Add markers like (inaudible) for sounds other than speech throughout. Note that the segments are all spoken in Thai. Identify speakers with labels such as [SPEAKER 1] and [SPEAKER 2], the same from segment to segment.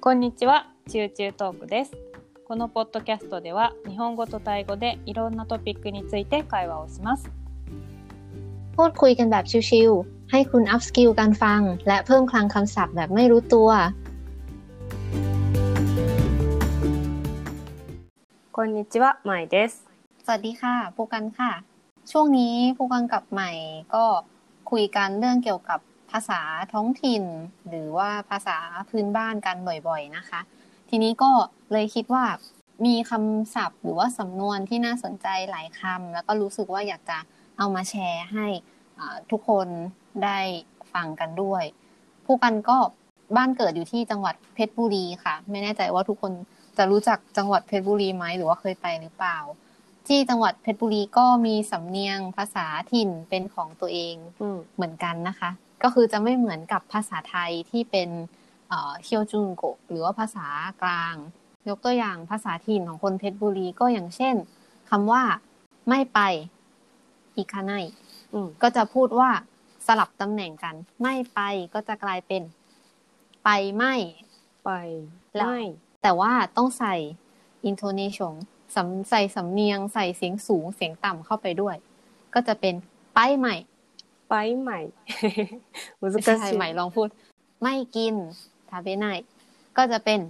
[SPEAKER 1] こんにちは、チューチュートークです。このポッドキャストでは、日本語とタイ語でいろんなトピックについて会話をします。
[SPEAKER 2] พูดคุยกันแบบชิวๆ ให้คุณอัพสกิลการฟัง และเพิ่มคลังคำศัพท์แบบไม่รู้ตัว
[SPEAKER 1] こんにちは、まいです。
[SPEAKER 2] สวัสดีค่ะปูกันค่ะ ช่วงนี้ปูกันกับใหม่ก็คุยกันเรื่องเกี่ยวกับภาษาท้องถิ่น หรือว่าภาษาพื้นบ้านกันบ่อยๆนะคะ ทีนี้ก็เลยคิดว่ามีคำศัพท์หรือว่าสำนวนที่น่าสนใจหลายคำแล้วก็รู้สึกว่าอยากจะเอามาแชร์ให้อ่าทุกคนได้ฟังกันด้วยผู้กันก็บ้านเกิดอยู่ที่จังหวัดเพชรบุรีค่ะ ไม่แน่ใจว่าทุกคนจะรู้จักจังหวัดเพชรบุรีไหมหรือว่าเคยไปหรือเปล่า ที่จังหวัดเพชรบุรีก็มีสำเนียงภาษาถิ่นเป็นของตัวเอง
[SPEAKER 1] うん、
[SPEAKER 2] เหมือนกันนะคะ ก็คือจะไม่เหมือนกับภาษาไทยที่เป็นเคียวจุนโกะหรือว่าภาษากลาง ยกตัวอย่างภาษาถิ่นของคนเพชรบุรีก็อย่างเช่นคำว่าไม่ไปอีกาไน
[SPEAKER 1] うん、
[SPEAKER 2] ก็จะพูดว่าสลับตำแหน่งกัน ไม่ไปก็จะกลายเป็น ไปไม่
[SPEAKER 1] バイ、
[SPEAKER 2] ラ
[SPEAKER 1] ライ、
[SPEAKER 2] แต่ว่าต้องใส่ intonation สำใส่สำเนียงใส่เสียงสูงเสียงต่ำเข้าไปด้วย ก็จะเป็นไปใหม่
[SPEAKER 1] バイ (laughs) マイ。難
[SPEAKER 2] ไม่ใช่
[SPEAKER 1] しい。
[SPEAKER 2] ใหม่ลองพูด ไม่กินทาเบไนก็จะเป็น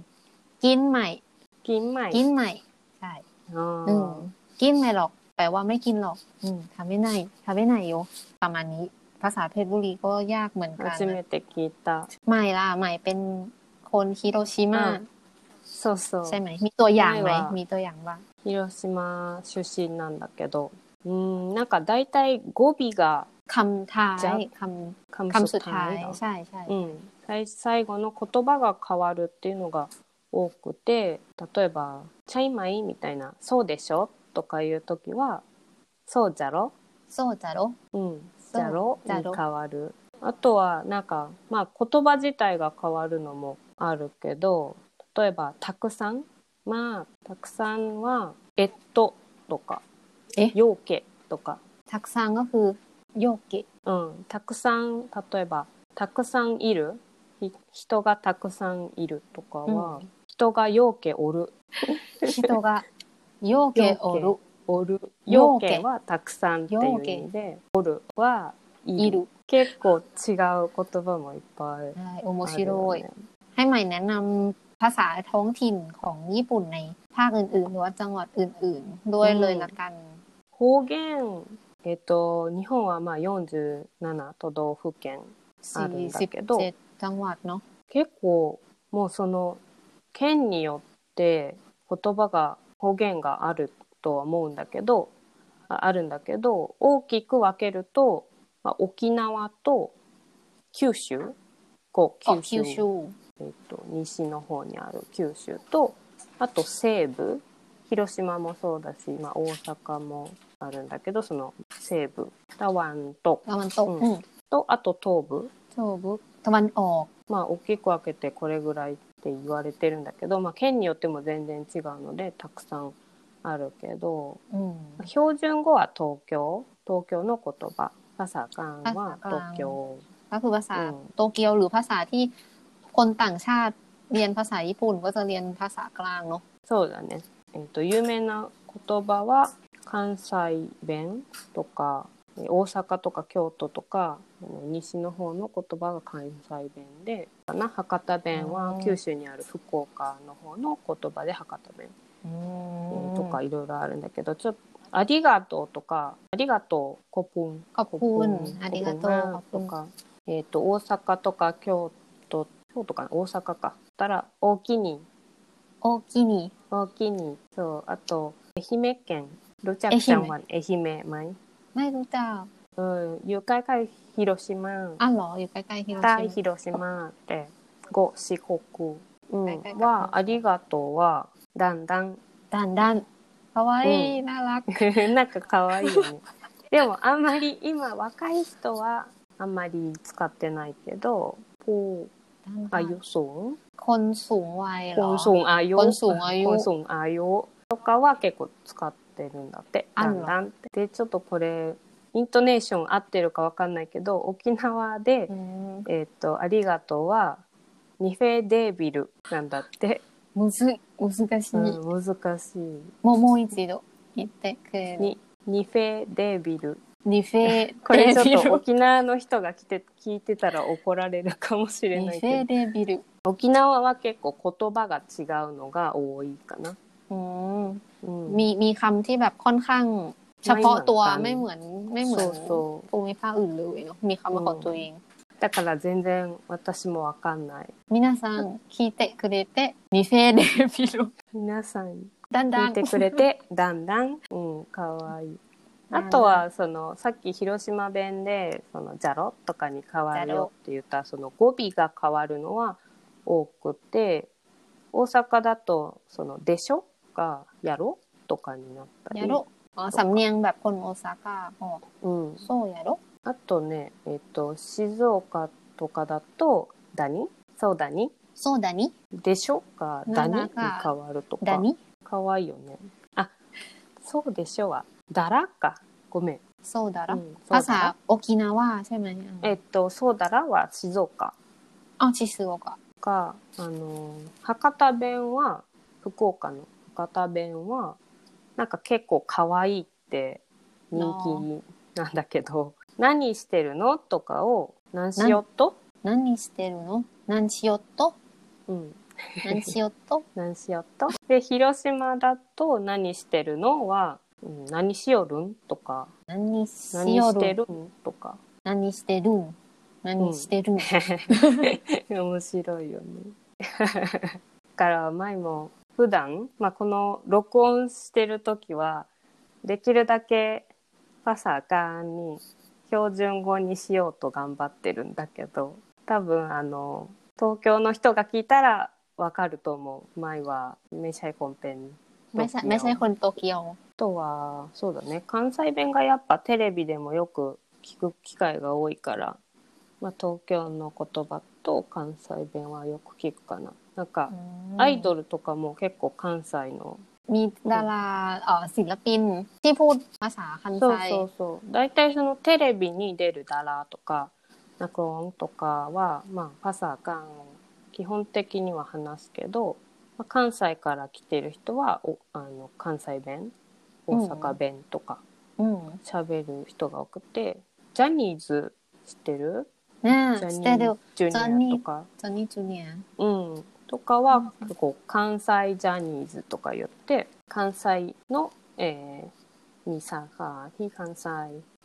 [SPEAKER 2] กินใหม่
[SPEAKER 1] 銀マイ。
[SPEAKER 2] กินใหม่ใช่
[SPEAKER 1] あー
[SPEAKER 2] อืมกินไม่หรอก แปลว่าไม่กินหรอกอืมทาเบไนทาเบไนโยประมาณนี้ ภาษาเพชรบุรีก็ยากเหมือนกัน
[SPEAKER 1] 初めて聞いた。
[SPEAKER 2] ใหม่ล่ะใหม่เป็นคนฮิโรชิมา
[SPEAKER 1] うんそうそう
[SPEAKER 2] ใช่。ไหมมีตัวอย่างไหม
[SPEAKER 1] ไม่ว่ามี
[SPEAKER 2] มีตัวอย่างบ้าง
[SPEAKER 1] 広島出身なんだけど、うん、なんか大体語尾が
[SPEAKER 2] คำท้า
[SPEAKER 1] จะ
[SPEAKER 2] ยคำ
[SPEAKER 1] 噛む
[SPEAKER 2] คำสุดท้าย
[SPEAKER 1] だ
[SPEAKER 2] ใช่ใช่
[SPEAKER 1] うん、最最後の言葉が変わるっていうのが多くて例えば「チャイマイ」みたいな「そうでしょ」とかいう時は「そうじゃろ」
[SPEAKER 2] โซ่จาโร
[SPEAKER 1] うん「
[SPEAKER 2] そ
[SPEAKER 1] じ
[SPEAKER 2] う
[SPEAKER 1] ゃろ」
[SPEAKER 2] じゃ
[SPEAKER 1] に
[SPEAKER 2] ろ
[SPEAKER 1] 変わるあとはなんか、まあ、言葉自体が変わるのもあるけど例えば「たくさん」まあ「たくさん」は「えっと」とか「
[SPEAKER 2] え
[SPEAKER 1] ようけ」とか
[SPEAKER 2] ทักซังก็คือโยกิ
[SPEAKER 1] (laughs) うん、たくさん例えば「たくさんいる」ひ人がたくさんいる」とかは「
[SPEAKER 2] うん
[SPEAKER 1] 人がようけおる」
[SPEAKER 2] ฮิโตกะโยเกโอรุ
[SPEAKER 1] 「おる」「よ
[SPEAKER 2] よ
[SPEAKER 1] う
[SPEAKER 2] う
[SPEAKER 1] け
[SPEAKER 2] け」
[SPEAKER 1] は「たくさん」っていう意味で「おる」は「いる」
[SPEAKER 2] いる
[SPEAKER 1] 結構違う言葉もいっぱい
[SPEAKER 2] ใช่โอโม
[SPEAKER 1] あ
[SPEAKER 2] ชิ
[SPEAKER 1] るよ
[SPEAKER 2] โรย
[SPEAKER 1] ね。
[SPEAKER 2] ให้ใหม่แนะนำภาษาท้องถิ่นของญี่ปุ่นในภาคอื่นๆ หรือว่าจังหวัดอื่นๆ ด้วยเลยละกัน
[SPEAKER 1] 方言えっと日本はまあ47都道府県あるんだけど
[SPEAKER 2] 47จังหวัดเนาะ
[SPEAKER 1] 結構もうその県によって言葉が方言があるとは思うんだけどああるんだけど大きく分けると、まあ、沖縄と九州こう
[SPEAKER 2] เกาะ
[SPEAKER 1] 九
[SPEAKER 2] คิ
[SPEAKER 1] 州
[SPEAKER 2] วชู
[SPEAKER 1] えっと、西の方にある九州とあと西部広島もそうだし、まあ、大阪もあるんだけどその西部タワンと
[SPEAKER 2] ตะวันตก
[SPEAKER 1] อืม
[SPEAKER 2] อืม
[SPEAKER 1] とあと東部
[SPEAKER 2] โชบุตะวันออก
[SPEAKER 1] まあ大きく分けてこれぐらいって言われてるんだけど、まあ、県によっても全然違うのでたくさんあるけど
[SPEAKER 2] อืม
[SPEAKER 1] 標準語は東京東京の言葉パサカンは
[SPEAKER 2] パサカン
[SPEAKER 1] 東京
[SPEAKER 2] ก็คือภาษา
[SPEAKER 1] อืม
[SPEAKER 2] โตเกียวหรือภาษาที่คนต่างชาติเรียนภาษาญี่ปุ่นก็จะเรียนภาษากลางเนาะ
[SPEAKER 1] そうだね、えっと有名な言葉は関西弁とかえー大阪とか京都とかあの西の方の言葉が関西弁でかな博多弁
[SPEAKER 2] う
[SPEAKER 1] は
[SPEAKER 2] ん
[SPEAKER 1] 九州にある福岡の方の言葉で博多弁えーとかいろいろあるんだけどちょっと「ありがとう」とか「ありがとう」「コプン」
[SPEAKER 2] ขอบ
[SPEAKER 1] コプ
[SPEAKER 2] คุณ
[SPEAKER 1] ン
[SPEAKER 2] อาริกาโตขอบคุ
[SPEAKER 1] と
[SPEAKER 2] ณ
[SPEAKER 1] か、えー、と大阪とか京都京都かな大阪かだったら「大きに」
[SPEAKER 2] โอกินิ
[SPEAKER 1] 大きにそうあと愛媛県ルチャクちゃんは愛媛まい
[SPEAKER 2] ไม่รู้จัก
[SPEAKER 1] うんゆかいかい広島
[SPEAKER 2] อ้าวเหรอ อยู่ใกล้ๆฮิโร
[SPEAKER 1] 対
[SPEAKER 2] ชิ
[SPEAKER 1] 広島っ
[SPEAKER 2] มา
[SPEAKER 1] て五四国、うん
[SPEAKER 2] はいはい
[SPEAKER 1] はありがとうはだんだん
[SPEAKER 2] ดันดันかわいいน่ารัก
[SPEAKER 1] (laughs) なんか可愛いよねでもあんまり今若い人はあんまり使ってないけどこうあゆそう
[SPEAKER 2] คนสูงวัยเหรอ
[SPEAKER 1] こんそんあよ
[SPEAKER 2] こんそんあよ
[SPEAKER 1] こんそんあよとかは結構使ってるんだって。
[SPEAKER 2] あ
[SPEAKER 1] だ
[SPEAKER 2] ん
[SPEAKER 1] ん
[SPEAKER 2] の
[SPEAKER 1] だんって。で、ちょっとこれ、イントネーション合ってるかわかんないけど、沖縄で
[SPEAKER 2] อื、ม
[SPEAKER 1] えっ、と、ありがとうは、ニフェデービルなんだって、
[SPEAKER 2] むずい、難しい。
[SPEAKER 1] うん、難しい
[SPEAKER 2] もうもう一度言ってくれる。
[SPEAKER 1] にニフェデービル
[SPEAKER 2] ニフェ
[SPEAKER 1] (laughs) これち
[SPEAKER 2] デ
[SPEAKER 1] ょっと
[SPEAKER 2] ビル。
[SPEAKER 1] 沖縄の人が来て聞いてたら怒られるかもしれな
[SPEAKER 2] ニ
[SPEAKER 1] い
[SPEAKER 2] フ
[SPEAKER 1] け
[SPEAKER 2] ェ
[SPEAKER 1] ど
[SPEAKER 2] デビル。
[SPEAKER 1] 沖縄は結構言葉が違うのが多いかな、
[SPEAKER 2] อืม
[SPEAKER 1] うん
[SPEAKER 2] มีมีคำที่แบบค่อนข้าง เฉพาะตัว
[SPEAKER 1] ไม่
[SPEAKER 2] ไม่
[SPEAKER 1] เห
[SPEAKER 2] เห
[SPEAKER 1] มือกัน
[SPEAKER 2] มือน นไม่เหมือน
[SPEAKER 1] そうそう
[SPEAKER 2] ภูมิภาคอื่นเลยเนาะมีคำเป็นของตัวเอง
[SPEAKER 1] だから全然私もわかんない
[SPEAKER 2] 皆さん聞いてくれて、ニフェデビル。
[SPEAKER 1] 皆さん
[SPEAKER 2] だんだ
[SPEAKER 1] 聞い
[SPEAKER 2] ん。
[SPEAKER 1] てくれてだんだん、うん、かわいいあとはそのさっき広島弁で「そのじゃろ」とかに変わるよって言ったその語尾が変わるのは多くて大阪だと「そのでしょ」が「やろ」とかになったり
[SPEAKER 2] やろ。อ๋อสำเนียงแบบคนโอซาก้าบอก
[SPEAKER 1] うん、
[SPEAKER 2] โซ่やろ
[SPEAKER 1] あとね、えっと静岡とかだと「だに」「そうだに」
[SPEAKER 2] โซ่ดานิ
[SPEAKER 1] 「でしょ」が「だに」
[SPEAKER 2] な
[SPEAKER 1] に
[SPEAKER 2] んか
[SPEAKER 1] 変わると
[SPEAKER 2] ดา
[SPEAKER 1] か
[SPEAKER 2] นิ
[SPEAKER 1] かわいいよねあそうでしょ」は「だら」かごめん、
[SPEAKER 2] โซ่ดา
[SPEAKER 1] う
[SPEAKER 2] ระ
[SPEAKER 1] ん、
[SPEAKER 2] ภาษาโอกินาว่าใช่ไหม
[SPEAKER 1] えっと、そうだらは静岡
[SPEAKER 2] อ๋อชิซูโอกะ
[SPEAKER 1] が、あの、博多弁は、福岡の博多弁は、なんか結構可愛いって人気なんだけど、何してるのとかを、何しよっと
[SPEAKER 2] 何してるの何しよっ
[SPEAKER 1] (laughs)
[SPEAKER 2] と
[SPEAKER 1] うん、
[SPEAKER 2] 何しよっと
[SPEAKER 1] 何しよっとで、広島だと、何してるのは、うん何しよるんとか、
[SPEAKER 2] 何し
[SPEAKER 1] 何
[SPEAKER 2] よ
[SPEAKER 1] して
[SPEAKER 2] る
[SPEAKER 1] るんとか。
[SPEAKER 2] 何してるん何してるん
[SPEAKER 1] (laughs) 面白いよね。だから舞も普段、まあ、この録音してる時はできるだけパサーカーに標準語にしようと頑張ってるんだけど多分あの東京の人が聞いたらわかると思う舞はメシャイコンペン
[SPEAKER 2] ไม่ใช่ไม่ใช่คนโตเกีย
[SPEAKER 1] あ
[SPEAKER 2] ว
[SPEAKER 1] とはそうだね関西弁がやっぱテレビでもよく聞く機会が多いから、まあ、東京の言葉と関西弁はよく聞くかななんかアイドルとかも結構関西の、
[SPEAKER 2] มีดาราเอ่อศิลปินที่พูดภาษาคันไซ
[SPEAKER 1] そうそうそう大体そのテレビに出るダラとかナクオンとかはまあパサーカンを基本的には話すけど、まあ、関西から来てる人はおあの関西弁大阪弁とか。
[SPEAKER 2] อืม
[SPEAKER 1] 喋る人が多くてジャニーズ知ってる
[SPEAKER 2] น่า
[SPEAKER 1] ジャ
[SPEAKER 2] ส
[SPEAKER 1] ニ
[SPEAKER 2] เตเดล
[SPEAKER 1] ージ
[SPEAKER 2] ジャ
[SPEAKER 1] ュ
[SPEAKER 2] ニ
[SPEAKER 1] ニ
[SPEAKER 2] ー
[SPEAKER 1] アとか
[SPEAKER 2] จอห์นนี่จูเนีย
[SPEAKER 1] うんとかは結構関西ジャニーズとか言って関西の、えー、にさが非関西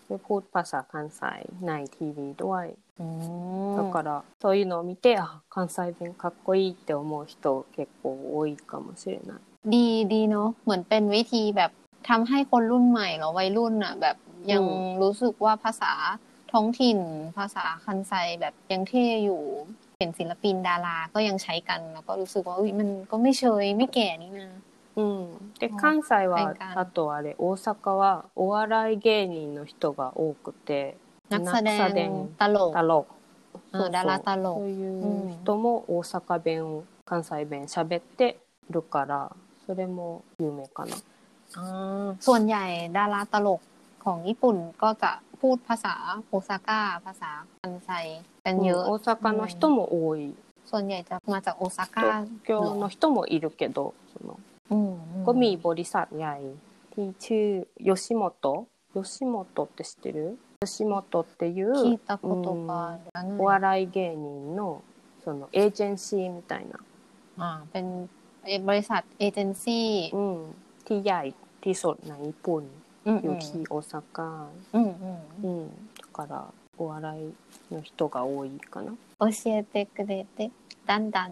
[SPEAKER 1] でพูดภาษา関西ない TV ด้วย
[SPEAKER 2] อื
[SPEAKER 1] だ
[SPEAKER 2] ม
[SPEAKER 1] からそういうのを見てあ関西弁かっこいいって思う人結構多いかもしれない
[SPEAKER 2] ดีดีเนาะเหมือนเป็นวิธีแบบทำให้คนรุ่นใหม่เนาะวัยรุ่นอ่ะ แบบยังรู้สึกว่าภาษาท้องถิ่น ภาษาคันไซแบบยังเท่อยู่เห็นศิลปินดาราก็ยังใช้กัน แล้วก็รู้สึกว่าอุ้ยมันก็ไม่เชยไม่แก่นี่นะ
[SPEAKER 1] うん、で
[SPEAKER 2] うん
[SPEAKER 1] 関西は
[SPEAKER 2] 転換
[SPEAKER 1] あとあれ大阪はお笑い芸人の人が多くて
[SPEAKER 2] นักแสด
[SPEAKER 1] นัก
[SPEAKER 2] ง
[SPEAKER 1] แสดง
[SPEAKER 2] ตลก
[SPEAKER 1] 太郎
[SPEAKER 2] เออดาราตล
[SPEAKER 1] そ
[SPEAKER 2] ก
[SPEAKER 1] ういう人も大阪弁を関西弁喋ってるからそれも有名かな。
[SPEAKER 2] อ่าส่วนใหญ่ดาราตลกของญี่ปุ่นก็จะพูดภาษาโอซาก้า ภาษาคันไซกัน
[SPEAKER 1] うん
[SPEAKER 2] เยอะ
[SPEAKER 1] 大阪の人も多い
[SPEAKER 2] ส่วนใหญ่จะมาจากโอซาก้า
[SPEAKER 1] 東京の人もいるけどその
[SPEAKER 2] อืม
[SPEAKER 1] ก็มีบริษัทใหญ่ที่ชื่อ吉本吉本って知ってる吉本っていう
[SPEAKER 2] คิตาโคโตกาแล้วไง
[SPEAKER 1] お笑い芸人のそのエージェンシーみたいな、
[SPEAKER 2] อ่าเป็นบริษัทเอเจนซี่
[SPEAKER 1] うん、ที่ใหญ่ที่สุดในญี่ปุ่น
[SPEAKER 2] อืม
[SPEAKER 1] อยู่ที่โอซาก้า
[SPEAKER 2] อืมอืม
[SPEAKER 1] うん、だからお笑いの人が多いかな。
[SPEAKER 2] โอเชียเตกเดเตดันดัน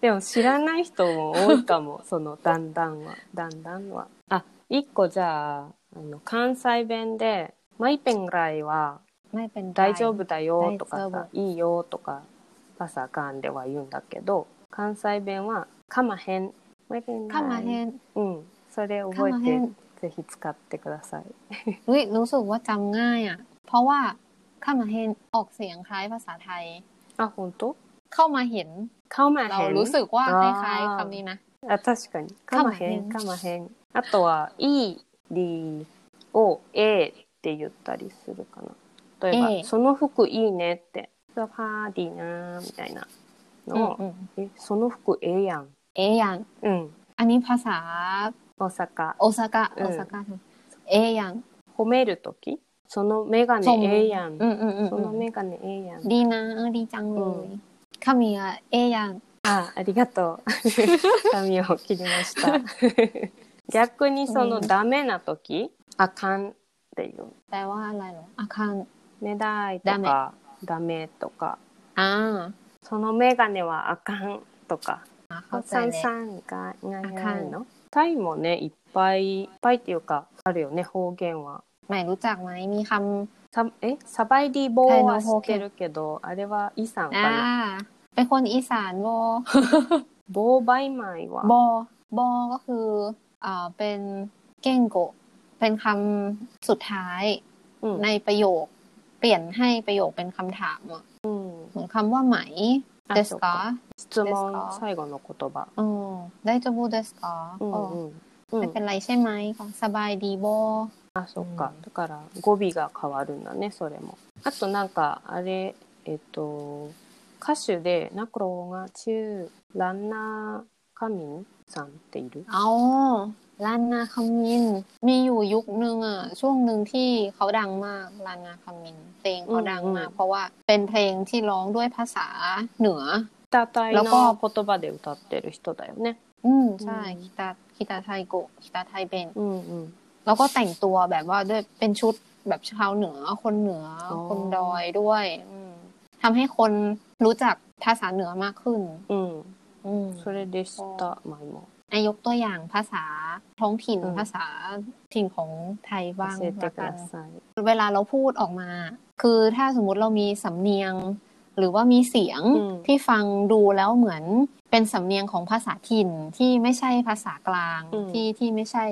[SPEAKER 1] でも知らない人も多いかも、 (laughs) そのだんだんは、だんだんは。あ、一個じゃあ、あの関西弁で、マイペンぐらいは
[SPEAKER 2] ไม่เป็นไร
[SPEAKER 1] 大丈夫だよとか
[SPEAKER 2] 大丈
[SPEAKER 1] さ、いいよとか、パサガンでは言うんだけど、関西弁はかまへん。マイペンぐら
[SPEAKER 2] เข้าย มาเฮน
[SPEAKER 1] うん、それ覚
[SPEAKER 2] かまへ
[SPEAKER 1] え
[SPEAKER 2] ん
[SPEAKER 1] て、ぜひ使ってください。
[SPEAKER 2] อุ้ยรู้สึกว่าจำง่ายอ่ะ เพราะว่าเข้ามาเฮนออกเสียงคล้ายภาษาไทย
[SPEAKER 1] あ、本当？
[SPEAKER 2] เข้ามาเห็น
[SPEAKER 1] かまへん。
[SPEAKER 2] เรารู้สึกว่าค
[SPEAKER 1] อ่า
[SPEAKER 2] ล้ายๆคำนี้นะ
[SPEAKER 1] あ確かにかまへんかまへんあとは「い」「り」を「え」って言ったりするかな例えば
[SPEAKER 2] ええ
[SPEAKER 1] その服いいね」って สื้อผ้าดีなみたいな
[SPEAKER 2] อื
[SPEAKER 1] の
[SPEAKER 2] ม
[SPEAKER 1] を、
[SPEAKER 2] อืม
[SPEAKER 1] えその服ええやん
[SPEAKER 2] เอ๊ะยัง
[SPEAKER 1] うん
[SPEAKER 2] อันนี้ภาษา
[SPEAKER 1] 大阪
[SPEAKER 2] โอซาก้า
[SPEAKER 1] อื
[SPEAKER 2] โอ
[SPEAKER 1] ม
[SPEAKER 2] ซาก้าเอ๊ะยัง
[SPEAKER 1] 褒める時そのメガ
[SPEAKER 2] ชม
[SPEAKER 1] ネええやん
[SPEAKER 2] อืมอืมอืม
[SPEAKER 1] そのメガネええやん
[SPEAKER 2] ดีนะเออดีจังเลยคามิอะเอ๊ะยัง
[SPEAKER 1] あありが (laughs) とう髪を切りました (laughs) 逆にその
[SPEAKER 2] うん
[SPEAKER 1] ダメな時あかんっていう
[SPEAKER 2] แปลว่าอะไรเหรออาคาร
[SPEAKER 1] 目だいとかダメとか
[SPEAKER 2] อ่า
[SPEAKER 1] そのメガネはあかんとか
[SPEAKER 2] อ่าเข้าใจ
[SPEAKER 1] さん
[SPEAKER 2] แล้ว
[SPEAKER 1] さんがが
[SPEAKER 2] あ
[SPEAKER 1] な
[SPEAKER 2] か
[SPEAKER 1] い
[SPEAKER 2] ん
[SPEAKER 1] のタイもねいっぱいいっぱいっていうかあるよね方言は
[SPEAKER 2] ใหม่รู้จักไหมมีค
[SPEAKER 1] さえサバイディボーは知ってるけどあれはイさん
[SPEAKER 2] ำ
[SPEAKER 1] か
[SPEAKER 2] อ่า
[SPEAKER 1] な
[SPEAKER 2] เป็นคนอีสานโ
[SPEAKER 1] ボ
[SPEAKER 2] บ
[SPEAKER 1] ーバイマイは
[SPEAKER 2] บอบอก็คืออ่าเป็นเก้งโกะเป็นคำสุดท้าย
[SPEAKER 1] うん
[SPEAKER 2] ในประโยค เปลี่ยนให้ประโยคเป็นคำถามอะ
[SPEAKER 1] うん
[SPEAKER 2] เหมือนคำว่าไหม
[SPEAKER 1] あ
[SPEAKER 2] เดส
[SPEAKER 1] そう
[SPEAKER 2] กา
[SPEAKER 1] か質
[SPEAKER 2] です
[SPEAKER 1] 問
[SPEAKER 2] か
[SPEAKER 1] 最後の言葉
[SPEAKER 2] อืมได้จะบูเดสกา
[SPEAKER 1] うん
[SPEAKER 2] ก็
[SPEAKER 1] うんう
[SPEAKER 2] ไม่
[SPEAKER 1] ん
[SPEAKER 2] เป็นไรใช่ไหมก็สบายดีบอ
[SPEAKER 1] あそっか、
[SPEAKER 2] うん
[SPEAKER 1] だから語尾が変わるんだねそれもあとなんかあれえっと歌手でナクロが中ランナーカミンさんっている
[SPEAKER 2] เอาลานนาคามิน มีอยู่ยุคนึงอ่ะ ช่วงหนึ่งที่เขาดังมากลานนาคามิน เพลงเขาดังมาก
[SPEAKER 1] อืมอืม
[SPEAKER 2] เพราะว่าเป็นเพลงที่ร้องด้วยภาษาเหนือ
[SPEAKER 1] タータイ
[SPEAKER 2] แล้วก็
[SPEAKER 1] の言葉で歌ってる人だよね
[SPEAKER 2] อืมใช่คิตาคิตาไทโกะคิตาไทเบน
[SPEAKER 1] うんうん
[SPEAKER 2] แล้วก็แต่งตัวแบบว่าด้วยเป็นชุดแบบชาวเหนือ คนเหนืออ
[SPEAKER 1] อ
[SPEAKER 2] คนดอยด้วยอืมทำให้คนรู้จักภาษาเหนือมากขึ้น
[SPEAKER 1] うん
[SPEAKER 2] อืม
[SPEAKER 1] それでした前も
[SPEAKER 2] อายกตัวอย่างภาษาท้องถิ่น
[SPEAKER 1] อืม
[SPEAKER 2] ภาษาถิ่นของไทยบ้าง
[SPEAKER 1] 教えて
[SPEAKER 2] ละ
[SPEAKER 1] く
[SPEAKER 2] กัน
[SPEAKER 1] ださい
[SPEAKER 2] เวลาเราพูดออกมา คือถ้าสมมุติเรามีสำเนียง หรือว่ามีเสียง
[SPEAKER 1] อืม
[SPEAKER 2] ที่ฟังดูแล้วเหมือนเป็นสำเนียงของภาษาถิ่นที่ไม่ใช่ภาษากลาง
[SPEAKER 1] อืม
[SPEAKER 2] ที่ที่ไม่ใช่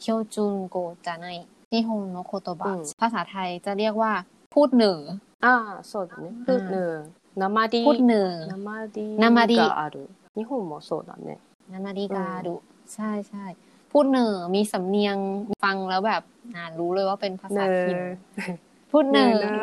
[SPEAKER 2] เคียวจุนโกจาไนนิฮงโนโคโต
[SPEAKER 1] อื
[SPEAKER 2] บะ
[SPEAKER 1] ม
[SPEAKER 2] ภาษาไทยจะเรียกว่า พูดเหนือ
[SPEAKER 1] ああそうだねプーヌーナマデ
[SPEAKER 2] พูด
[SPEAKER 1] ィ
[SPEAKER 2] เหนือ
[SPEAKER 1] ナマデ
[SPEAKER 2] ナマデ
[SPEAKER 1] ィ
[SPEAKER 2] ィ
[SPEAKER 1] がある日本もそうだね
[SPEAKER 2] นามาดีกาดุใช่ใช่พูดเหนือมีสำเนียงฟังแล้วแบบอ่ารู้เลยว่าเป็นภาษาถิ่น
[SPEAKER 1] ヌー
[SPEAKER 2] พูดเหนือ
[SPEAKER 1] เนอ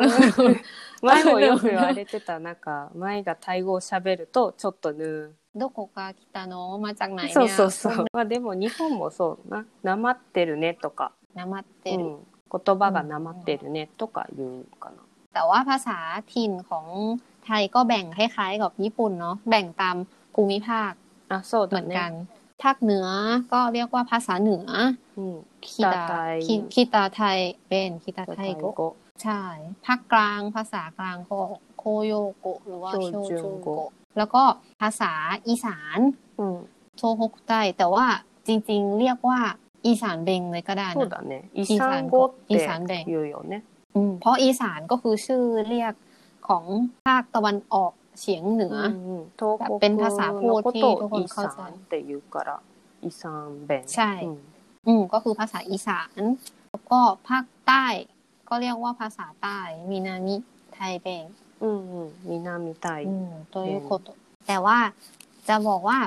[SPEAKER 1] (laughs) 前もよく言われてたなんか前がタイ語を喋るとちょっとぬ
[SPEAKER 2] どこか来たのมาจากไหน
[SPEAKER 1] ーそう
[SPEAKER 2] เนี่ย
[SPEAKER 1] そうそうまあでも日本もそうななまってるねとか、
[SPEAKER 2] นามาเต
[SPEAKER 1] う
[SPEAKER 2] รุ
[SPEAKER 1] ん、言葉がなまってるねとか言うかな
[SPEAKER 2] แต่ว่าภาษาถิ่นของไทยก็แบ่งคล้ายๆกับญี่ปุ่นเนาะแบ่งตามภูมิภาค
[SPEAKER 1] あそう
[SPEAKER 2] เห
[SPEAKER 1] だ
[SPEAKER 2] มือนกัน
[SPEAKER 1] ね、
[SPEAKER 2] ภาคเหนือก็เรียกว่าภาษาเหนือ
[SPEAKER 1] うん、
[SPEAKER 2] คิตา
[SPEAKER 1] 北タイ
[SPEAKER 2] คิคิตาไทยเป็นคิตาไทยโก
[SPEAKER 1] 語
[SPEAKER 2] ใช่ ภาคกลางภาษากลางก็โคโยโกะหรือว่าโชจูโกะแล้วก็ภาษาอีสาน
[SPEAKER 1] うん
[SPEAKER 2] โชฮกไตแต่ว่าจริงๆ เรียกว่าอีสานเบงเลยก็ได้
[SPEAKER 1] そう
[SPEAKER 2] นะ
[SPEAKER 1] だね遺産語っ
[SPEAKER 2] 遺
[SPEAKER 1] て
[SPEAKER 2] 産語
[SPEAKER 1] 言うよね
[SPEAKER 2] อืมเพราะอีสานก็คือชื่อเรียกของภาคตะวันออกเฉียงเหนื
[SPEAKER 1] う
[SPEAKER 2] อ
[SPEAKER 1] んうん東北
[SPEAKER 2] やっぱりภาษาพู
[SPEAKER 1] の
[SPEAKER 2] ด
[SPEAKER 1] こ
[SPEAKER 2] ที่
[SPEAKER 1] と
[SPEAKER 2] ทุกค
[SPEAKER 1] を
[SPEAKER 2] น
[SPEAKER 1] 遺
[SPEAKER 2] เข้าใจ
[SPEAKER 1] 産って言うから遺産弁
[SPEAKER 2] ใช่
[SPEAKER 1] うん
[SPEAKER 2] อืมก็คือภาษาอีสาน แล้วก็ภาคใต้ก็เรียกว่าภาษาใต้มินามิไทยเบง
[SPEAKER 1] うんうん南タイ
[SPEAKER 2] อืมตัวยุโคโตะแต่ว่าจะบอกว่า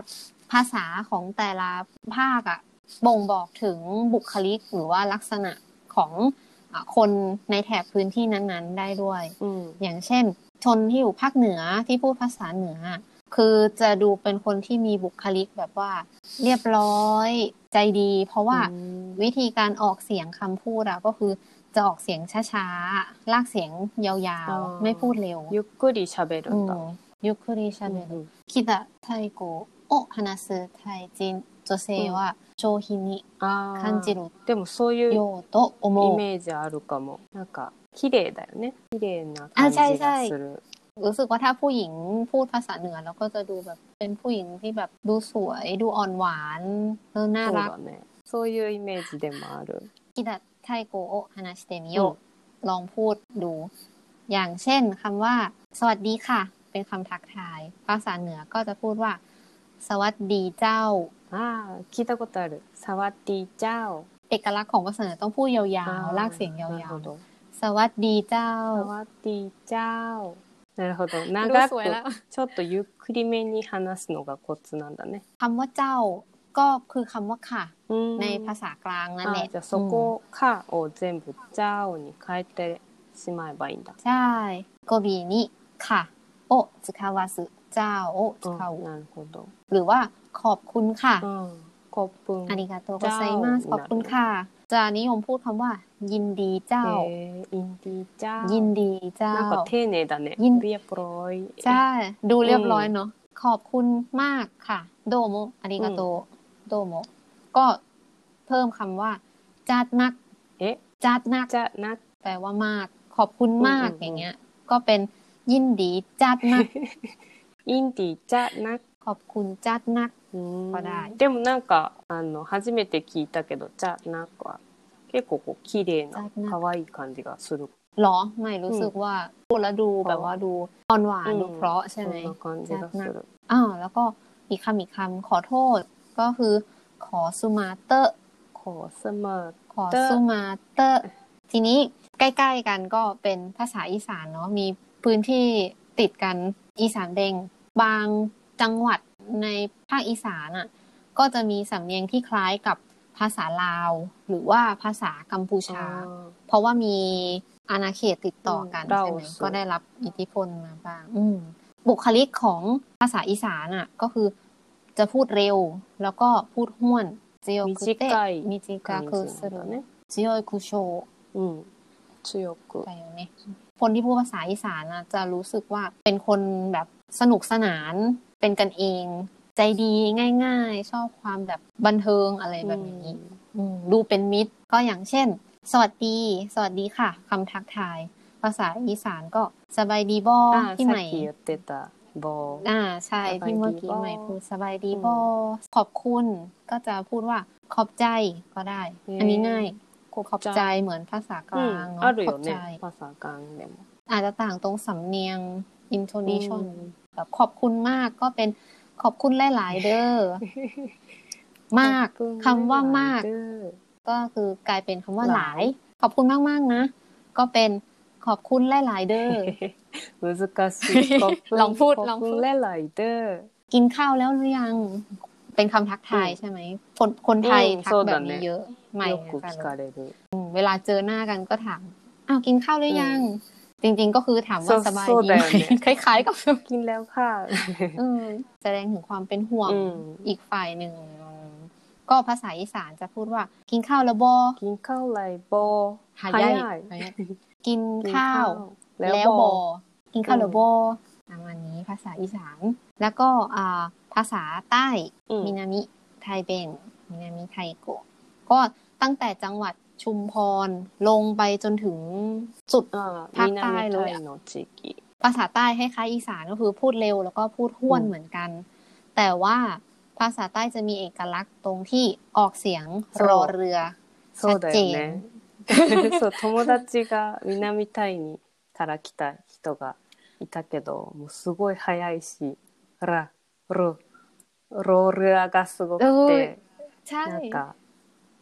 [SPEAKER 2] ภาษาของแต่ละภาคอะบ่งบอกถึงบุคลิกหรือว่าลักษณะของอะคนในแถบพื้นที่นั้นๆ ได้ด้วย
[SPEAKER 1] うん
[SPEAKER 2] อย่างเช่น ชนที่อยู่ภาคเหนือที่พูดภาษาเหนือ คือจะดูเป็นคนที่มีบุคลิกแบบว่า เรียบร้อยใจดี เพราะว่า
[SPEAKER 1] うん
[SPEAKER 2] วิธีการออกเสียงคำพูดอะก็คือจะออกเสียงช้าๆลากเสียงยาวๆ ไม่พูดเร็ว
[SPEAKER 1] ゆっくり喋る
[SPEAKER 2] うん
[SPEAKER 1] だ
[SPEAKER 2] んゆっくりしゃべ
[SPEAKER 1] うんう
[SPEAKER 2] る。
[SPEAKER 1] ん
[SPEAKER 2] キダタイ語を話すタイ人女性は消費に
[SPEAKER 1] あー
[SPEAKER 2] 感じる
[SPEAKER 1] でもそういうイ
[SPEAKER 2] ようと思う。
[SPEAKER 1] メージあるかもなんか綺麗だよね綺麗な感じ
[SPEAKER 2] あใช่
[SPEAKER 1] が
[SPEAKER 2] ใช่
[SPEAKER 1] する
[SPEAKER 2] รู้สึกว่าถ้าผู้หญิงพูดภาษาเหนือเราก็จะดูแบบเป็นผู้หญิงที่แบบดูสวยดูอ่อนหวานเออน่า
[SPEAKER 1] そう
[SPEAKER 2] รัก
[SPEAKER 1] だねそういうイメージでもある
[SPEAKER 2] キダไทยโกโอฮานาชิเตมิโยลองพูดดู อย่างเช่นคำว่า สวัสดีค่ะ เป็นคำทักทาย ภาษาเหนือก็จะพูดว่า สวัสดีเจ้า
[SPEAKER 1] ああ聞いたことある「サワティチャオ
[SPEAKER 2] เอกลักษณ์ของภาษาเหนือต้องพูดยาว
[SPEAKER 1] あー
[SPEAKER 2] ๆลากเสียงยา
[SPEAKER 1] なる
[SPEAKER 2] ว
[SPEAKER 1] ほ
[SPEAKER 2] ๆ
[SPEAKER 1] ど
[SPEAKER 2] สวัสดีเจ้า
[SPEAKER 1] 「サワティチャオなるほど
[SPEAKER 2] ดู
[SPEAKER 1] 長
[SPEAKER 2] สวยแล้ว
[SPEAKER 1] くちょっとゆっくりめに話すのがコツなんだね
[SPEAKER 2] คำว่าเจ้าก็คือคำว่าค่ะ
[SPEAKER 1] うん
[SPEAKER 2] ในภาษากลางนั่นแห
[SPEAKER 1] あ
[SPEAKER 2] ละ
[SPEAKER 1] ーじゃあそこかを全部「チャオに変えてしまえばいいんだ
[SPEAKER 2] ใช่โกบีนิ ค่ะ โอจุคาวาสึเจ้าโอจุคา
[SPEAKER 1] うん
[SPEAKER 2] ว
[SPEAKER 1] なるほど。
[SPEAKER 2] หรือว่าขอบคุณค่ะ
[SPEAKER 1] うん。コップン。
[SPEAKER 2] อาริกาโตโกไซมาสขอบคุณค่ะ จะนิยมพูดคำว่า ยินดีเจ้า
[SPEAKER 1] えーインディージャー。
[SPEAKER 2] ยินดีเจ้า
[SPEAKER 1] なんか丁寧だね。
[SPEAKER 2] イン
[SPEAKER 1] ビアプロイ。
[SPEAKER 2] ใช่ดูเรียบร้อยเนาะขอบคุณมากค่ะ โดโมอาริกาโตโดโมก็เพิ่มคำว่า จัดนัก
[SPEAKER 1] え、
[SPEAKER 2] จัดนัก
[SPEAKER 1] じゃな、
[SPEAKER 2] แปลว่ามาก ขอบคุณมาก
[SPEAKER 1] อืมอืม
[SPEAKER 2] อย่างเงี้ย ก็เป็นยินดีจัด (laughs) นัก
[SPEAKER 1] (laughs) インディーじゃな。
[SPEAKER 2] ขอบคุณจัดนัก
[SPEAKER 1] うーん
[SPEAKER 2] こない
[SPEAKER 1] でもなんかあの初めて聞いたけどじゃなんか結構こう綺麗な
[SPEAKER 2] じゃな
[SPEAKER 1] 可愛い感じがする
[SPEAKER 2] หรอไม่รู้สึกว่าพูดแล้วดูแบบว่าดูอ่อนหวาน
[SPEAKER 1] อืม
[SPEAKER 2] ดูเพราะใช่
[SPEAKER 1] そ
[SPEAKER 2] ไหม
[SPEAKER 1] んな感じがする。
[SPEAKER 2] อ้าวแล้วก็อีกคำอีกคำขอโทษ ก็คือขอสุมาเตอร์
[SPEAKER 1] こうスマー
[SPEAKER 2] ขอสุมาเตอร์ทีนี้ใกล้ๆกันก็เป็นภาษาอีสานเนาะมีพื้นที่ติดกันอีสานเดงบางจังหวัดในภาคอีสานอ่ะก็จะมีสำเนียงที่คล้ายกับภาษาลาว หรือว่าภาษากัมพู
[SPEAKER 1] ト
[SPEAKER 2] ชา
[SPEAKER 1] あ
[SPEAKER 2] เพราะว่ามีอาณาเขตติดต่อกัน
[SPEAKER 1] อืม
[SPEAKER 2] ใช่ไหม
[SPEAKER 1] เราสู่
[SPEAKER 2] ก็ได้รับอิทธิพลมาบ้าง อืม บุคลิกของภาษาอีสานอ่ะ ก็คือจะพูดเร็ว แล้วก็พูดห้วนเจียวคุเตะ
[SPEAKER 1] 短い
[SPEAKER 2] มิจิ
[SPEAKER 1] ー
[SPEAKER 2] กา
[SPEAKER 1] 感
[SPEAKER 2] คือส
[SPEAKER 1] じ
[SPEAKER 2] รุ
[SPEAKER 1] なんだね。
[SPEAKER 2] เจียวคุโช
[SPEAKER 1] うん。強く
[SPEAKER 2] ไป。อยู่เนี่ยคนที่พูดภาษาอีสานอ่ะ จะรู้สึกว่าเป็นคนแบบสนุกสนาน เป็นกันเอง ใจดีง่ายๆ ชอบความแบบบันเทิงอะไร
[SPEAKER 1] う
[SPEAKER 2] แบบนี้
[SPEAKER 1] ん
[SPEAKER 2] อืมดูเป็นมิตรก็อย่างเช่น สวัสดี สวัสดีค่ะคำทักทาย ภาษาอีสานก็สบายดีบอ
[SPEAKER 1] あ
[SPEAKER 2] ที่
[SPEAKER 1] さっ
[SPEAKER 2] ใหม่
[SPEAKER 1] き言ってた棒。
[SPEAKER 2] อ่าใช่
[SPEAKER 1] สบายดีบ่
[SPEAKER 2] ที่เมื่อกี้ใหม่พูดสบายดีบอ
[SPEAKER 1] อื
[SPEAKER 2] ขอบคุณ ก็จะพูดว่าขอบใจก็ได้
[SPEAKER 1] เย้
[SPEAKER 2] อันนี้ง่าย ขอบใจ
[SPEAKER 1] ゃ
[SPEAKER 2] เหมือนภาษาก
[SPEAKER 1] う
[SPEAKER 2] ลาง
[SPEAKER 1] ん
[SPEAKER 2] เนาะ
[SPEAKER 1] ある
[SPEAKER 2] ขอ
[SPEAKER 1] よ
[SPEAKER 2] บใจ
[SPEAKER 1] ね。パサガンでも。
[SPEAKER 2] อาจจะต่างตรงสำเนียง intonation
[SPEAKER 1] うん
[SPEAKER 2] แบบขอบคุณมากก็เป็นขอบคุณหลาย ๆ เด้ (laughs) อ มากคำว่ามาก ก็คือกลายเป็นคำว่าหลาย ขอบคุณมาก ๆ นะ ก็เป็นขอบคุณหลาย ๆ เด้อ (laughs)
[SPEAKER 1] 難しい。コップン
[SPEAKER 2] ลองพูด
[SPEAKER 1] コップン
[SPEAKER 2] ลองพูด
[SPEAKER 1] レライで
[SPEAKER 2] กินข้าวแล้วหรือยัง เป็นคำทักทาย
[SPEAKER 1] อืม
[SPEAKER 2] ใช่ไหมคนคนไทย
[SPEAKER 1] อืม
[SPEAKER 2] ทัก
[SPEAKER 1] そう
[SPEAKER 2] แบ
[SPEAKER 1] だ
[SPEAKER 2] บ
[SPEAKER 1] ね
[SPEAKER 2] นี้เยอะใหม่
[SPEAKER 1] よ
[SPEAKER 2] นะ
[SPEAKER 1] く
[SPEAKER 2] คะ
[SPEAKER 1] 聞かれる。
[SPEAKER 2] เวลาเจอหน้ากันก็ถามอ้าวกินข้าวหรือยัง จริง ๆ ก็คือถามว่า
[SPEAKER 1] โซ
[SPEAKER 2] สบาย
[SPEAKER 1] โซ
[SPEAKER 2] ดี
[SPEAKER 1] แด
[SPEAKER 2] ไห
[SPEAKER 1] ง
[SPEAKER 2] ม
[SPEAKER 1] เนี่ย
[SPEAKER 2] (laughs) คล้าย ๆ กับ
[SPEAKER 1] กินแล้วค่ะ
[SPEAKER 2] เออแสดงถึงความเป็นห่วง
[SPEAKER 1] อืม
[SPEAKER 2] อีกฝ่ายหนึ่งก็ภาษาอีสานจะพูดว่า กินข้าวแล้วบอ
[SPEAKER 1] กินข้าวไรบอ
[SPEAKER 2] หายาย (laughs) กินข้าว
[SPEAKER 1] แล้ว
[SPEAKER 2] แล้ว
[SPEAKER 1] บบ อ
[SPEAKER 2] อกินข้าว
[SPEAKER 1] อืม
[SPEAKER 2] หรือบอประมาณนี้ภาษาอีสาน แล้วก็อ่าภาษาใต้
[SPEAKER 1] อืม
[SPEAKER 2] มินามิ ไทเบนมินามิไทโกะ ก็ตั้งแต่จังหวัดชุมพร ลงไปจนถึงสุด
[SPEAKER 1] อ่า
[SPEAKER 2] ภาค
[SPEAKER 1] มินา
[SPEAKER 2] ใต้
[SPEAKER 1] มิ
[SPEAKER 2] เล
[SPEAKER 1] ไท
[SPEAKER 2] ย
[SPEAKER 1] ย
[SPEAKER 2] อะ
[SPEAKER 1] โนจิกิ
[SPEAKER 2] ภาษาใต้คล้ายๆอีสานก็คือพูดเร็วแล้วก็พูดห้วนเหมือนกัน แต่ว่าภาษาใต้จะมีเอกลักษณ์ตรงที่ออกเสียงรอเรือ
[SPEAKER 1] そうだよね (laughs) そう友達が南タイにから来た人がいたけどもうすごい早いしラロロールアがすごくて
[SPEAKER 2] ใช่
[SPEAKER 1] なんか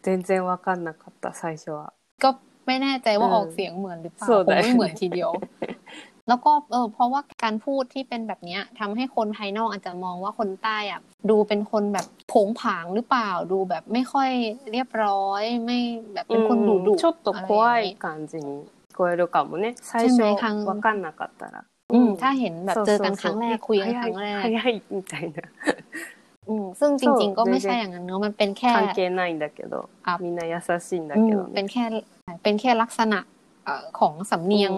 [SPEAKER 1] 全然わかんなかった最初は
[SPEAKER 2] ก็ไม่แน่ใจว่า
[SPEAKER 1] เออ
[SPEAKER 2] ออกเสียงเหมือนหรือเปล่า
[SPEAKER 1] ส่
[SPEAKER 2] ค
[SPEAKER 1] วน
[SPEAKER 2] ง
[SPEAKER 1] ใด
[SPEAKER 2] ไม่เหมือนทีเดียว (laughs) แล้วก็เออเพราะว่าการพูดที่เป็นแบบเนี้ยทำให้คนภายนอกอาจจะมองว่าคนใต้อ่ะดูเป็นคนแบบผงผางหรือเปล่าดูแบบไม่ค่อยเรียบร้อย ไม่แบบเป็นคนดุดุ
[SPEAKER 1] うんちょっと
[SPEAKER 2] ะไร
[SPEAKER 1] 怖
[SPEAKER 2] อย่าง
[SPEAKER 1] い
[SPEAKER 2] งี้
[SPEAKER 1] 感じに聞こえるかもね最初
[SPEAKER 2] ใช่ไหมครั้ง
[SPEAKER 1] わかんなかったら
[SPEAKER 2] อืมถ้าเห็นแบบ
[SPEAKER 1] そう
[SPEAKER 2] เจ
[SPEAKER 1] そう
[SPEAKER 2] อกันค
[SPEAKER 1] そう
[SPEAKER 2] รั้งแรกคุยกันครั้งแร
[SPEAKER 1] 早
[SPEAKER 2] ก
[SPEAKER 1] い早いみたいな
[SPEAKER 2] อืมซึ่งจริง ๆ ก็ไม่ใช่อย่างนั้นเนอะมันเป็นแค่
[SPEAKER 1] 関係ないんだけど
[SPEAKER 2] あ
[SPEAKER 1] みんな優しいんだ
[SPEAKER 2] อื
[SPEAKER 1] け
[SPEAKER 2] ม
[SPEAKER 1] ど
[SPEAKER 2] เป็
[SPEAKER 1] ね
[SPEAKER 2] นแค่เป็นแค่ลักษณะเอ่อของสำเนียง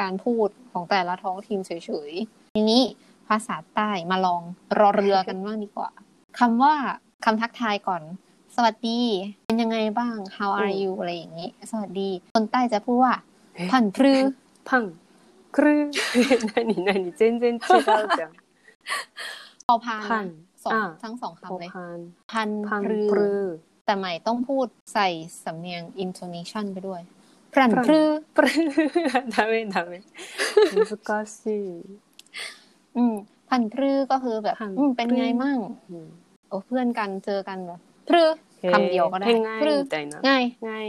[SPEAKER 2] การพูดของแต่ละท้องถิ่นเฉยๆ ทีนี้ภาษาใต้มาลองรอเรือกันบ้างดีกว่าคำว่าคำทักทายก่อน สวัสดี เป็นยังไงบ้าง how are you อะไรอย่างนี้ สวัสดี คนใต้จะพูดว่าพันพรือ
[SPEAKER 1] パンクルー (laughs) 何何全然違うじ (laughs) ゃん
[SPEAKER 2] พอพาน
[SPEAKER 1] พัน
[SPEAKER 2] สอง
[SPEAKER 1] อ่า
[SPEAKER 2] ทั้งสอง
[SPEAKER 1] パ
[SPEAKER 2] คำเลย
[SPEAKER 1] ン
[SPEAKER 2] พัน
[SPEAKER 1] パン
[SPEAKER 2] พ
[SPEAKER 1] プ
[SPEAKER 2] รือ
[SPEAKER 1] ル
[SPEAKER 2] แต่ใหม่ต้องพูดใส่สำเนียง intonation ไปด้วยพันพรือ
[SPEAKER 1] プルダメダ (laughs) メ難しい
[SPEAKER 2] อืมพันพรือก็คือแบบ
[SPEAKER 1] พัน
[SPEAKER 2] อืมเป็น
[SPEAKER 1] พรือ
[SPEAKER 2] ไงมั่ง
[SPEAKER 1] うん
[SPEAKER 2] โอ้เพื่อนกันเจอกันแบบพรือ
[SPEAKER 1] へー
[SPEAKER 2] คำเดียวก็ได้
[SPEAKER 1] 偏
[SPEAKER 2] พรือ
[SPEAKER 1] 愛みたいな
[SPEAKER 2] ง่าย
[SPEAKER 1] ง่าย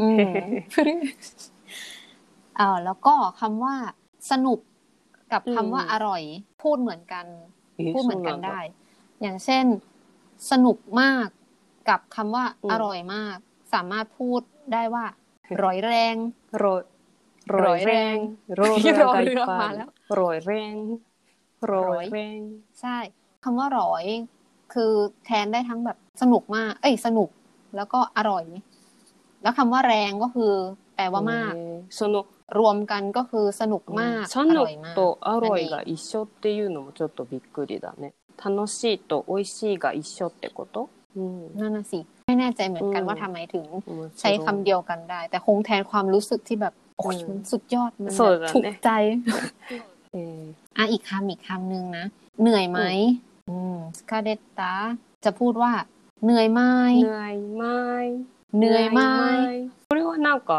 [SPEAKER 2] อื (laughs) มพรือเอ่อแล้วก็คำว่าสนุกกับ
[SPEAKER 1] อืม
[SPEAKER 2] คำว่าอร่อย พูดเหมือนกัน
[SPEAKER 1] え
[SPEAKER 2] พูดเหมือน
[SPEAKER 1] そう
[SPEAKER 2] กั
[SPEAKER 1] なんん
[SPEAKER 2] ได้
[SPEAKER 1] だ
[SPEAKER 2] อย่างเช่น สนุกมากกับคำว่าอร่อยมาก สามารถพูดได้ว่า ร้อยแรง
[SPEAKER 1] ロ โรยแรง (laughs) โรยเรื
[SPEAKER 2] โรยเรือ อ
[SPEAKER 1] ไป
[SPEAKER 2] มาแล้ว
[SPEAKER 1] โรยแรงโรยแรง
[SPEAKER 2] ใช่คำว่าร้อยคือแทนได้ทั้งแบบสนุกมาก เอ้ยสนุกแล้วก็อร่อย แล้วคำว่าแรงก็คือ แปลว่ามาก
[SPEAKER 1] その
[SPEAKER 2] รวมกันก็คือสนุกมาก
[SPEAKER 1] サ
[SPEAKER 2] อ
[SPEAKER 1] ヌ
[SPEAKER 2] ร่อยมาก
[SPEAKER 1] とアロイが一緒っていうのもちょっとびっくりだね楽しいと美味しいが一緒ってことうん
[SPEAKER 2] นั่นน่ะสิ ไม่แน่ใจเหมือนกันว่าทำไมถึง
[SPEAKER 1] 面
[SPEAKER 2] ใช้
[SPEAKER 1] 白い
[SPEAKER 2] คำเดียวกันได้ แต่คงแทนความรู้สึกที่แบบโอ้ย
[SPEAKER 1] อืม
[SPEAKER 2] มันสุดยอดมัน
[SPEAKER 1] สุด
[SPEAKER 2] แบ
[SPEAKER 1] อะ
[SPEAKER 2] บถู
[SPEAKER 1] เนี่
[SPEAKER 2] ก
[SPEAKER 1] ย
[SPEAKER 2] ใจ
[SPEAKER 1] えー
[SPEAKER 2] อ่ะอีกคำอีกคำหนึ่งนะ เหนื่อยไหม อืมคาเดตตาจะพูดว่า เหนื่อยไหม
[SPEAKER 1] นื่อยไหม
[SPEAKER 2] เหนื่อยไหม
[SPEAKER 1] これはなんか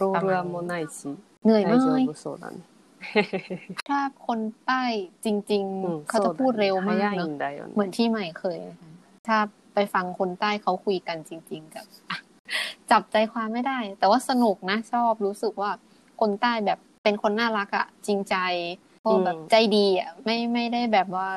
[SPEAKER 1] ロールアもないし
[SPEAKER 2] เหนื่อย
[SPEAKER 1] 大
[SPEAKER 2] ไหม
[SPEAKER 1] 丈夫そうだね
[SPEAKER 2] ถ้าคนใต้จริง
[SPEAKER 1] うん
[SPEAKER 2] ๆ เขาจะพูดเร็ว
[SPEAKER 1] そう
[SPEAKER 2] มา
[SPEAKER 1] だ
[SPEAKER 2] ก
[SPEAKER 1] ね早い
[SPEAKER 2] เนาะ
[SPEAKER 1] んだよね
[SPEAKER 2] เหมือนที่ใหม่เคยนะคะถ้าไปฟังคนใต้เขาคุยกันจริง ๆ กับ (laughs) อ่ะจับใจความไม่ได้ แต่ว่าสนุกนะ ชอบรู้สึกว่าคนใต้แบบเป็นคนน่ารักอะจริงใจก็แบบใจดีอะไม่ไม่ได้แบบว่า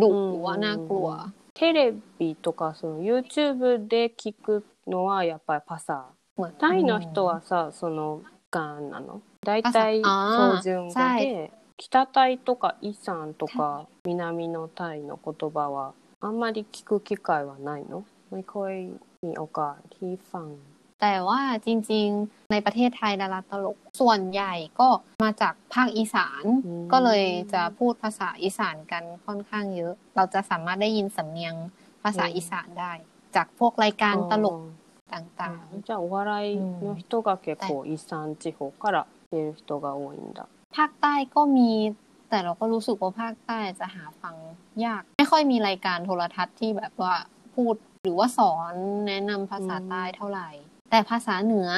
[SPEAKER 2] ดุหรือว่าน่ากลัว
[SPEAKER 1] テレビとかその YouTube で聞くのはやっぱりパサー
[SPEAKER 2] เหมือน
[SPEAKER 1] タイの人はさ、そのガンなの大
[SPEAKER 2] パサ
[SPEAKER 1] 体
[SPEAKER 2] あー
[SPEAKER 1] 標準語
[SPEAKER 2] は
[SPEAKER 1] で北タイとかイサンとか南のタイの言葉はあんまり聞く機会はないのไม่ค่อยมีโอกาสที่ฟัง
[SPEAKER 2] แต่ว่าจริงๆ ในประเทศไทยดาราตลกส่วนใหญ่ก็มาจากภาคอีสาน
[SPEAKER 1] อืม
[SPEAKER 2] ก็เลยจะพูดภาษาอีสานกันค่อนข้างเยอะ เราจะสามารถได้ยินสำเนียงภาษาอีสานได้ จากพวกรายการตลกต่าง
[SPEAKER 1] じゃあお笑いの人が結構イサン地方から来てる人が多いんだ。
[SPEAKER 2] ๆ ภาคใต้ก็มี แต่เราก็รู้สึกว่าภาคใต้จะหาฟังยาก ไม่ค่อยมีรายการโทรทัศน์ที่แบบว่าพูดหรือว่าสอนแนะนำภาษาใต้เท่าไหร่ แต่ภาษาเหนือ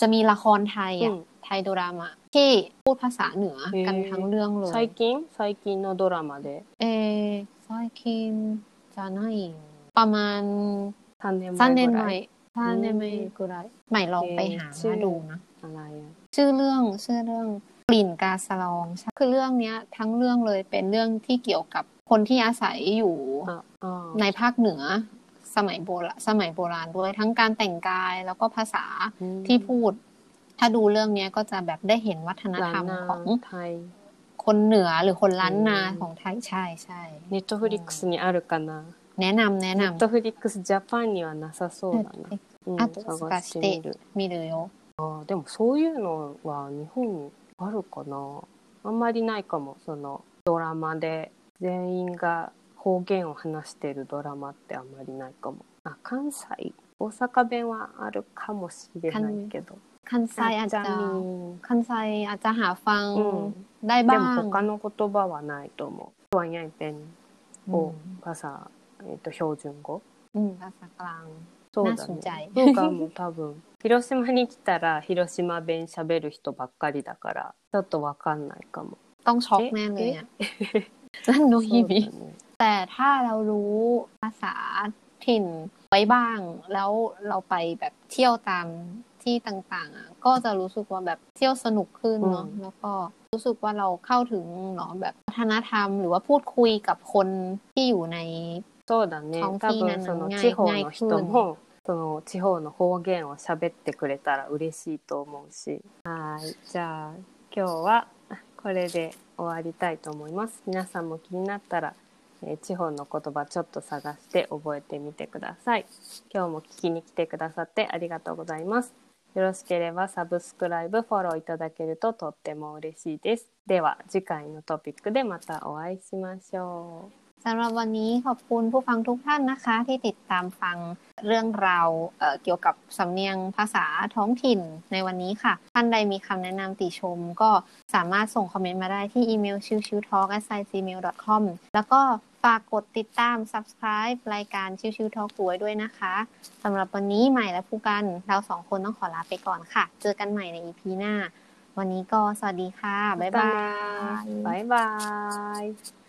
[SPEAKER 2] จะมีละครไทยอะ
[SPEAKER 1] うん
[SPEAKER 2] ไทยโดรามะที่พูดภาษาเหนือกัน
[SPEAKER 1] へー
[SPEAKER 2] ทั้งเรื่องเลย
[SPEAKER 1] 最近最近のドラマで
[SPEAKER 2] เอซอยคินจาไนประมาณ
[SPEAKER 1] 3年
[SPEAKER 2] ซันเด
[SPEAKER 1] 前
[SPEAKER 2] น
[SPEAKER 1] ぐら
[SPEAKER 2] ใหม่
[SPEAKER 1] い
[SPEAKER 2] ซันเดนใหม่กุไรใหม่ลองไปหา
[SPEAKER 1] เอ๊ะชื่
[SPEAKER 2] มา
[SPEAKER 1] อ
[SPEAKER 2] ดูนะ
[SPEAKER 1] あらや
[SPEAKER 2] ชื่อเรื่องชื่อเรื่องกลิ่นกาสะลองใช่คือเรื่องเนี้ย ทั้งเรื่องเลยเป็นเรื่องที่เกี่ยวกับคนที่อาศัยอยู่
[SPEAKER 1] ああ
[SPEAKER 2] ในภาคเหนือสมัยโบราณสมัยโบราณด้วยทั้งการแต่งกายแล้วก็ภาษา
[SPEAKER 1] ー
[SPEAKER 2] ที่พูด ถ้าดูเรื่องเนี้ยก็จะแบบได้เห็นวัฒนธรรมของ
[SPEAKER 1] ランナータイ
[SPEAKER 2] คนเหนือหรือคนล้านนา
[SPEAKER 1] อืม
[SPEAKER 2] ของไทยใช่ใช่
[SPEAKER 1] ネットフリックスにあるかな。
[SPEAKER 2] แนะนำแนะ
[SPEAKER 1] ネッ
[SPEAKER 2] นำ
[SPEAKER 1] トフリックスジャパンにはなさそうだな。うん、
[SPEAKER 2] あと
[SPEAKER 1] 探してみる。
[SPEAKER 2] มีเลยโย
[SPEAKER 1] あでもそういうのは日本にあるかな。あんまりないかも。そのドラマで全員が方言を話してるドラマってあんまりないかも。あ、関西、大阪弁はあるかもしれないけど。
[SPEAKER 2] คันไซอาจจะ
[SPEAKER 1] うん。
[SPEAKER 2] คันไซอาจจะหาฟัง
[SPEAKER 1] うん。
[SPEAKER 2] ได้
[SPEAKER 1] で
[SPEAKER 2] บ้าง
[SPEAKER 1] も他の言葉はないと思う。トワンヤイペンをパサ、えっと標準語。
[SPEAKER 2] อืมภาษากลาง
[SPEAKER 1] そう
[SPEAKER 2] な
[SPEAKER 1] だ
[SPEAKER 2] すんじゃい
[SPEAKER 1] ね。そうかも多分。 (laughs) 広島に来たら広島弁喋る人ばっかりだから、ちょっとわかんないかも。
[SPEAKER 2] ต้องช็อกแน่เลยอ่ะนั่นโนฮิบิ
[SPEAKER 1] そうだね
[SPEAKER 2] แต่ถ้าเรารู้ภาษาถิ่นไว้บ้าง แล้วเราไปแบบเที่ยวตามที่ต่างๆอ่ะก็จะรู้สึกว่าแบบเที่ยวสนุกขึ้นเนาะ
[SPEAKER 1] อืม
[SPEAKER 2] แล้วก็รู้สึกว่าเราเข้าถึงเนาะแบบวัฒนธรรม หรือว่าพูดคุยกับคนที่อยู่ใน
[SPEAKER 1] そうだね。
[SPEAKER 2] コンフ
[SPEAKER 1] 多
[SPEAKER 2] ィーナの
[SPEAKER 1] 分その
[SPEAKER 2] ない
[SPEAKER 1] 地方の人も、その地方の方言を喋ってくれたら嬉しいと思うし。はい。じゃあ、今日はこれで終わりたいと思います。皆さんも気になったら、えー地方の言葉ちょっと探して覚えてみてください。今日も聞きに来てくださってありがとうございます。よろしければサブスクライブ、フォローいただけるととっても嬉しいです。では、次回のトピックでまたお会いしましょう。
[SPEAKER 2] สำหรับวันนี้ขอบคุณผู้ฟังทุกท่านนะคะ ที่ติดตามฟังเรื่องราวเอ่อเกี่ยวกับสำเนียงภาษาท้องถิ่นในวันนี้ค่ะ ท่านใดมีคำแนะนำติชม ก็สามารถส่งคอมเมนต์มาได้ที่อีเมลชิวชิวทอล์ก gmail.com แล้วก็ฝากกดติดตาม subscribe รายการชิวชิวทอล์กไว้ด้วยนะคะสำหรับวันนี้ใหม่และผู้กัน เราสองคนต้องขอลาไปก่อนค่ะ เจอกันใหม่ใน EP หน้า วันนี้ก็สวัสดีค่ะบ๊ายบาย
[SPEAKER 1] バイバイ。